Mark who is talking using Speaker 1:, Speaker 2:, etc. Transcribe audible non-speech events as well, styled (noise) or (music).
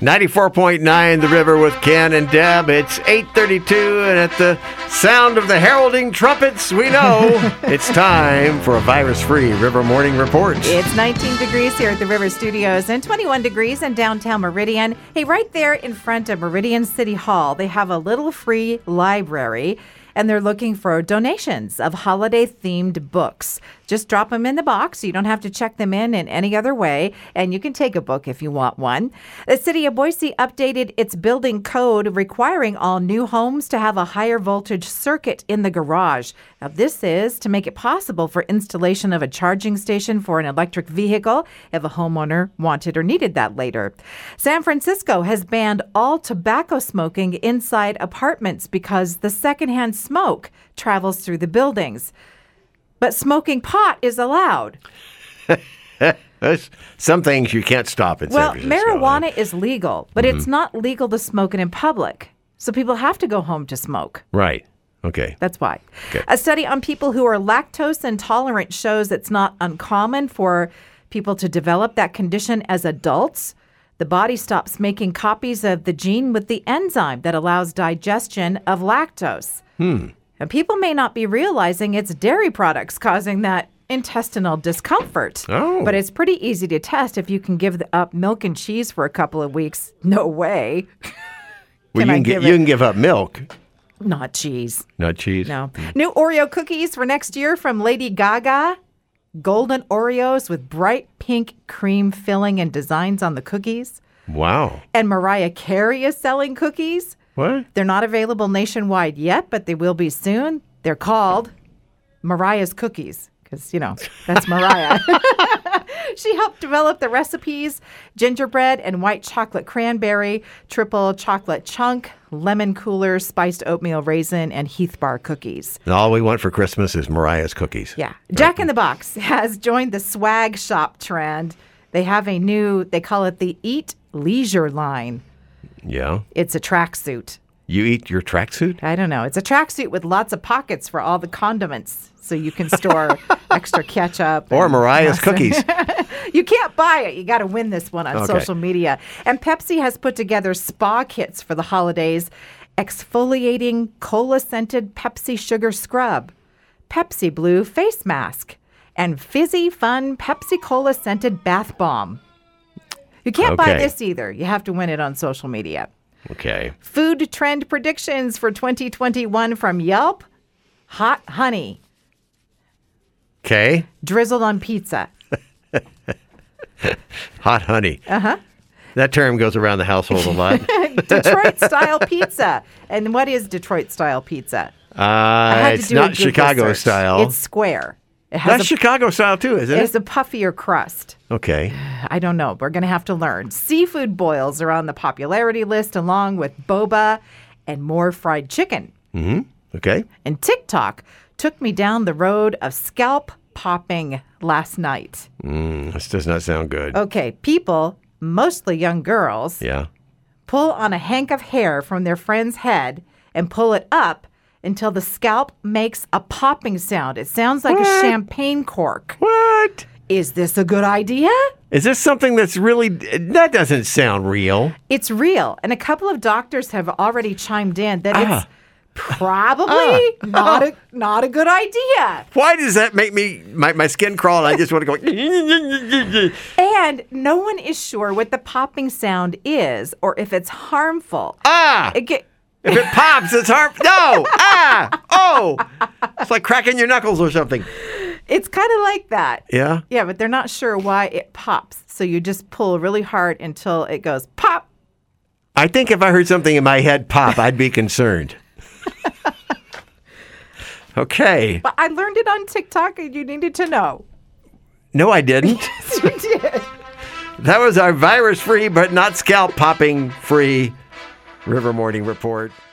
Speaker 1: 94.9 The River with Ken and Deb. It's 8:32 and at the sound of the heralding trumpets, we
Speaker 2: (laughs)
Speaker 1: know it's time for a virus-free River Morning Report.
Speaker 2: It's 19 degrees here at the River Studios and 21 degrees in downtown Meridian. Hey, right there in front of Meridian City Hall, they have a little free library and they're looking for donations of holiday themed books. Just drop them in the box. You don't have to check them in in any other way, and you can take a book if you want one. The city of Boise updated its building code requiring all new homes to have a higher voltage circuit in the garage. Now, this is to make it possible for installation of a charging station for an electric vehicle if a homeowner wanted or needed that later. San Francisco has banned all tobacco smoking inside apartments because the secondhand smoke travels through the buildings. But smoking pot is allowed.
Speaker 1: There's some things you can't stop in San
Speaker 2: Well,
Speaker 1: Francisco, huh?
Speaker 2: marijuana is legal, but it's not legal to smoke it in public. So people have to go home to smoke.
Speaker 1: Right. Okay.
Speaker 2: That's why. A study on people who are lactose intolerant shows it's not uncommon for people to develop that condition as adults. The body stops making copies of the gene with the enzyme that allows digestion of lactose.
Speaker 1: Hmm.
Speaker 2: And people may not be realizing it's dairy products causing that intestinal discomfort.
Speaker 1: Oh.
Speaker 2: But it's pretty easy to test if you can give up milk and cheese for a couple of weeks. No way.
Speaker 1: Well,
Speaker 2: Can
Speaker 1: you
Speaker 2: I
Speaker 1: can get
Speaker 2: give
Speaker 1: you
Speaker 2: it-
Speaker 1: can give up milk,
Speaker 2: Not cheese.
Speaker 1: not cheese.
Speaker 2: No. New Oreo cookies for next year from Lady Gaga. Golden Oreos with bright pink cream filling and designs on the cookies.
Speaker 1: Wow.
Speaker 2: And Mariah Carey is selling cookies.
Speaker 1: What?
Speaker 2: They're not available nationwide yet, but they will be soon. They're called Mariah's Cookies because, you know, that's Mariah. (laughs) she helped develop the recipes gingerbread and white chocolate cranberry, triple chocolate chunk, lemon cooler, spiced oatmeal raisin, and Heath bar cookies.
Speaker 1: And all we want for Christmas is Mariah's cookies.
Speaker 2: Yeah. Jack in the Box (laughs) has joined the swag shop trend. They have a new, they call it the Eat Leisure line.
Speaker 1: Yeah.
Speaker 2: It's a tracksuit.
Speaker 1: You eat your tracksuit?
Speaker 2: I don't know. It's a tracksuit with lots of pockets for all the condiments. So you can store extra ketchup.
Speaker 1: Or
Speaker 2: and-
Speaker 1: Mariah's cookies.
Speaker 2: (laughs) You can't buy it. You got to win this one on
Speaker 1: Okay.
Speaker 2: social media. And Pepsi has put together spa kits for the holidays exfoliating cola scented Pepsi sugar scrub, Pepsi blue face mask, and fizzy fun Pepsi cola scented bath bomb. You can't buy
Speaker 1: Okay.
Speaker 2: this either. You have to win it on social media.
Speaker 1: Okay.
Speaker 2: Food trend predictions for 2021 from Yelp hot honey
Speaker 1: Okay.
Speaker 2: drizzled on pizza.
Speaker 1: Hot honey. Uh huh.
Speaker 2: Uh-huh.
Speaker 1: That term goes around the household a
Speaker 2: (laughs)
Speaker 1: lot.
Speaker 2: Detroit style pizza. And what is Detroit style pizza? I
Speaker 1: Uh,
Speaker 2: had to
Speaker 1: it's
Speaker 2: do a
Speaker 1: not
Speaker 2: Google
Speaker 1: Chicago
Speaker 2: search.
Speaker 1: style.
Speaker 2: It's square. It has
Speaker 1: That's
Speaker 2: a,
Speaker 1: Chicago style too, isn't
Speaker 2: it
Speaker 1: it?
Speaker 2: has a puffier crust.
Speaker 1: Okay.
Speaker 2: I don't know. We're going to have to learn. Seafood boils are on the popularity list, along with boba and more fried chicken.
Speaker 1: Okay.
Speaker 2: And TikTok took me down the road of scalp popping last night.
Speaker 1: Hmm, This does not sound good.
Speaker 2: Okay, people, mostly young girls,
Speaker 1: Yeah.
Speaker 2: pull on a hank of hair from their friend's head and pull it up until the scalp makes a popping sound. It sounds like a champagne cork.
Speaker 1: What?
Speaker 2: Is this a good idea?
Speaker 1: Is this something that's really that doesn't sound real?
Speaker 2: It's real. And a couple of doctors have already chimed in that it's probably (laughs) not a not a good idea.
Speaker 1: Why does that make me my, my skin crawl and I just want to go (laughs)
Speaker 2: And no one is sure what the popping sound is or if it's harmful.
Speaker 1: Ah
Speaker 2: It ge-
Speaker 1: If it pops, it's harm No! Ah! Oh! It's like cracking your knuckles or something.
Speaker 2: it's kind of like that.
Speaker 1: Yeah?
Speaker 2: Yeah, but they're not sure why it pops. So you just pull really hard until it goes pop.
Speaker 1: I think if I heard something in my head pop, I'd be concerned. (laughs) okay.
Speaker 2: But I learned it on TikTok and you needed to know.
Speaker 1: No, I didn't.
Speaker 2: You did.
Speaker 1: That was our virus free but not scalp popping free River Morning Report.